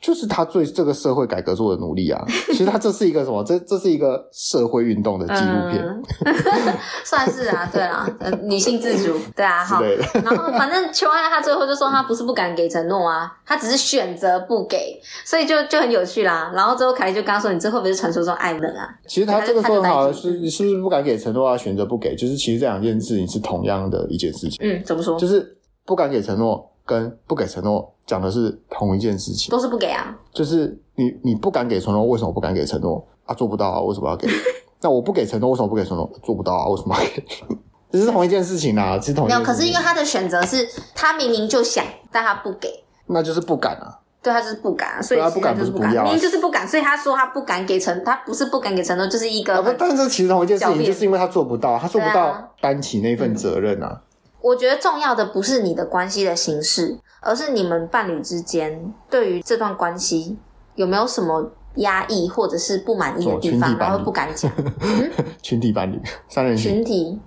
S2: 就是他对这个社会改革做的努力啊。其实他这是一个什么？这这是一个社会运动的纪录片
S1: 嗯、 算是啊，对啦，呃女性自主，对啊，
S2: 之
S1: 好。
S2: 类的。
S1: 然后反正秋爱他最后就说他不是不敢给承诺啊，他只是选择不给，所以就就很有趣啦。然后之后凯莉就刚说你这会不会是传说中爱人啊？
S2: 其实他这个说得好
S1: 他就他就带进
S2: 是是不是不敢给承诺啊？选择不给，就是其实这两件事情是同样的一件事情，
S1: 嗯，怎么说
S2: 就？是不敢给承诺跟不给承诺讲的是同一件事情。
S1: 都是不给啊，
S2: 就是你你不敢给承诺，为什么不敢给承诺？啊，做不到啊，为什么要给？ 那我不给承诺，为什么不给承诺？做不到啊，为什么要给？ 这是同一件事情啊，是同一
S1: 没
S2: 件
S1: 有。
S2: 事情。
S1: 可是因为他的选择是他明明就想，但他不给，
S2: 那就是不敢啊，
S1: 对他就是不敢啊，所以
S2: 对啊
S1: 其实他
S2: 不敢
S1: 就是
S2: 不是不要
S1: 明
S2: 啊
S1: 明就是不敢，所以他说他不敢给承，他不是不敢给承诺，就是一个
S2: 啊不
S1: 很，
S2: 但是其实同一件事
S1: 狡
S2: 情，
S1: 辩
S2: 就是因为他做不到，他做不
S1: 对
S2: 到
S1: 啊
S2: 担起那份责任啊。
S1: 我觉得重要的不是你的关系的形式，而是你们伴侣之间对于这段关系有没有什么压抑或者是不满意的地
S2: 什么群
S1: 方，
S2: 体伴
S1: 然
S2: 侣
S1: 后不敢讲。
S2: 群体伴侣、三人行，
S1: 群 体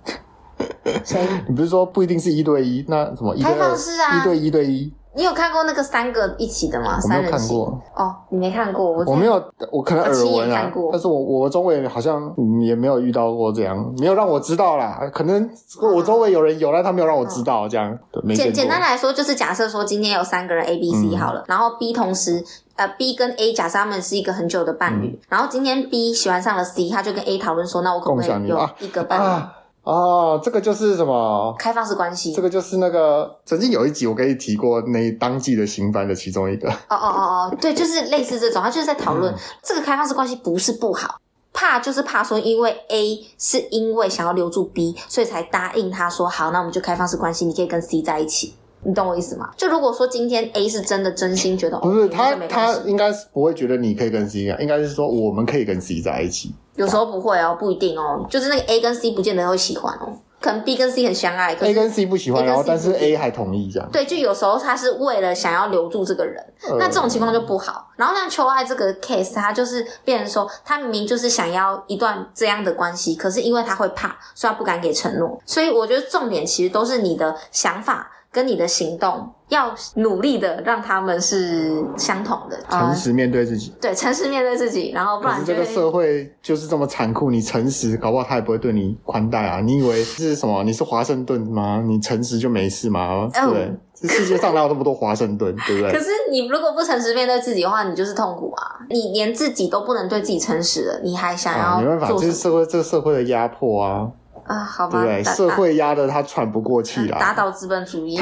S1: 谁？
S2: 你不是说不一定是一对一？那什么一对
S1: 开放
S2: 二、
S1: 式啊
S2: 一对一对一，
S1: 你有看过那个三个一起的吗？
S2: 我没
S1: 三
S2: 有
S1: 人
S2: 看
S1: 行
S2: 过，
S1: 哦，你没看过，我
S2: 我没。有，我可能耳
S1: 我亲
S2: 闻
S1: 眼
S2: 啊
S1: 看过，
S2: 但是我我周围好像嗯也没有遇到过这样，没有让我知道啦。可能我周围有人有，但他没有让我知道这样。对没见
S1: 啊嗯简
S2: 过
S1: 简单来说，就是假设说今天有三个人 A、B、C
S2: 嗯
S1: 好了，然后 B 同时呃 B 跟 A 假设他们是一个很久的伴
S2: 嗯
S1: 侣，然后今天 B 喜欢上了 C，他就跟 A 讨论说，那我可不可
S2: 共享
S1: 以
S2: 女
S1: 有
S2: 啊
S1: 一个伴侣？
S2: 啊哦，这个就是什么？
S1: 开放式关系
S2: 这。个就是那个曾经有一集我跟你提过那当季的新番的其中一个，
S1: 哦哦哦哦，对，就是类似这种，他就是在讨论、
S2: 嗯
S1: 这个开放式关系不是不好，怕就是怕说，因为 A 是因为想要留住 B，所以才答应他说好，那我们就开放式关系，你可以跟 C 在一起。你懂我意思吗？就如果说今天 A 是真的真心觉得
S2: 不
S1: OK，那
S2: 是他
S1: 就没关
S2: 他
S1: 系
S2: 应该是不会觉得你可以跟 C 啊，应该是说我们可以跟 C 在一起。
S1: 有时候不会哦，不一定哦，就是那个 A 跟 C 不见得会喜欢哦，可能 B 跟 C 很相爱，可
S2: A 跟
S1: 是
S2: C 不喜欢，
S1: A 跟 C
S2: 然后但是
S1: 不喜
S2: A 还同意这样。
S1: 对，就有时候他是为了想要留住这个人，
S2: 呃
S1: 那这种情况就不好。然后像秋爱这个 case，他就是变成说，他明明就是想要一段这样的关系，可是因为他会怕，所以他不敢给承诺。所以我觉得重点其实都是你的想法跟你的行动，要努力的让他们是相同的。啊
S2: 呃诚，实面对自己。
S1: 对，诚实面对自己，然后不
S2: 可
S1: 然
S2: 是
S1: 就
S2: 这个
S1: 会
S2: 社会就是这么残酷，你诚实，搞不好他也不会对你宽待啊！你以为是什么？你是华盛顿吗？你诚实就没事吗？对不对？这世界上哪有那么多华盛顿，对不
S1: 嗯可
S2: 对？
S1: 是你如果不诚实面对自己的话，你就是痛苦啊！你连自己都不能对自己诚实了，你还想
S2: 啊，没办
S1: 要
S2: 法，
S1: 做
S2: 这
S1: 什
S2: 是
S1: 么
S2: 社会，这个社会的压迫啊，
S1: 啊？好
S2: 对
S1: 吧，
S2: 不对？
S1: 打
S2: 社
S1: 打
S2: 会压得他喘不过气
S1: 打
S2: 来，
S1: 倒资本主 义，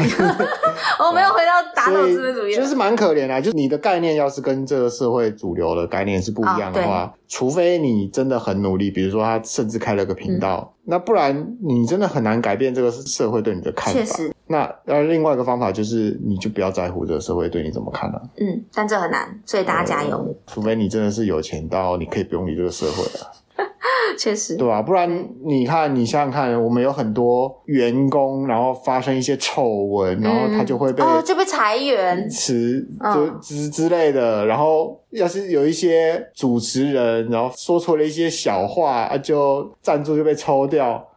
S1: 我没有回到打倒
S2: 所以
S1: 资本主义了，
S2: 就是蛮可怜啊。就是你的概念要是跟这个社会主流的概念是不一样的
S1: 哦
S2: 话，除非你真的很努力，比如说他甚至开了个频
S1: 嗯
S2: 道，那不然你真的很难改变这个社会对你的看法。
S1: 确实，
S2: 那呃，另外一个方法就是，你就不要在乎这个社会对你怎么看了、
S1: 嗯，但这很难，所以大家加油，
S2: 除非你真的是有钱到你可以不用理这个社会啊，
S1: 确实
S2: 对，吧、不然
S1: 嗯
S2: 你看，你想想看，我们有很多员工，然后发生一些丑闻，然后他就会被
S1: 哦就被裁员，
S2: 辞
S1: 嗯
S2: 就之之类的，然后要是有一些主持人，然后说错了一些小话，啊，就赞助就被抽掉。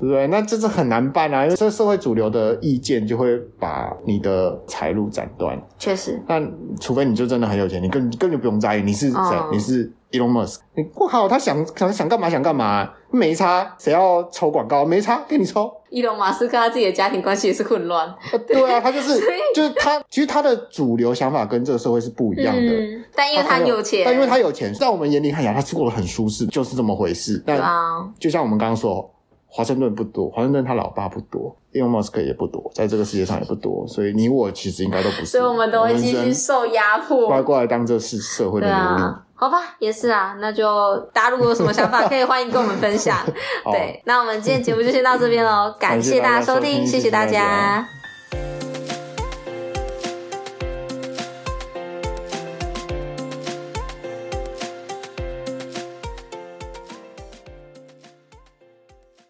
S2: 对不对？那这是很难办啊，因为这社会主流的意见就会把你的财路斩断。
S1: 确实，
S2: 那除非你就真的很有钱，你根根本就不用在意你是谁，
S1: 嗯
S2: 你是 Elon Musk，你我靠，他想想想干嘛想干嘛、没差，谁要抽广告没差，给 你抽。
S1: 伊隆马斯克他自己的家庭关系也是混乱，
S2: 呃对啊，他就是
S1: 所以
S2: 就是他，其实他的主流想法跟这个社会是不一样的。
S1: 嗯，但因为他
S2: 很
S1: 有钱，
S2: 但因为他有钱，在我们眼里看起来他是过得很舒适，就是这么回事。
S1: 对
S2: 但
S1: 啊，
S2: 就像我们刚刚说，华盛顿不多，华盛顿他老爸不多，Elon Musk 也不多，在这个世界上也不多，所以你我其实应该都不是，
S1: 所以我们都会继
S2: 我
S1: 续
S2: 们
S1: 受压迫，
S2: 乖乖地当这是社会的
S1: 对
S2: 奴隶。
S1: 啊，好吧，也是啊，那就大家如果有什么想法，可以欢迎跟我们分享。
S2: 好嗯
S1: 对，那我们今天节目就先到这边喽，感
S2: 感谢
S1: 谢大
S2: 大
S1: 家
S2: 家
S1: 收
S2: 收
S1: 听，
S2: 听
S1: 谢
S2: 谢谢
S1: 大家
S2: 大家。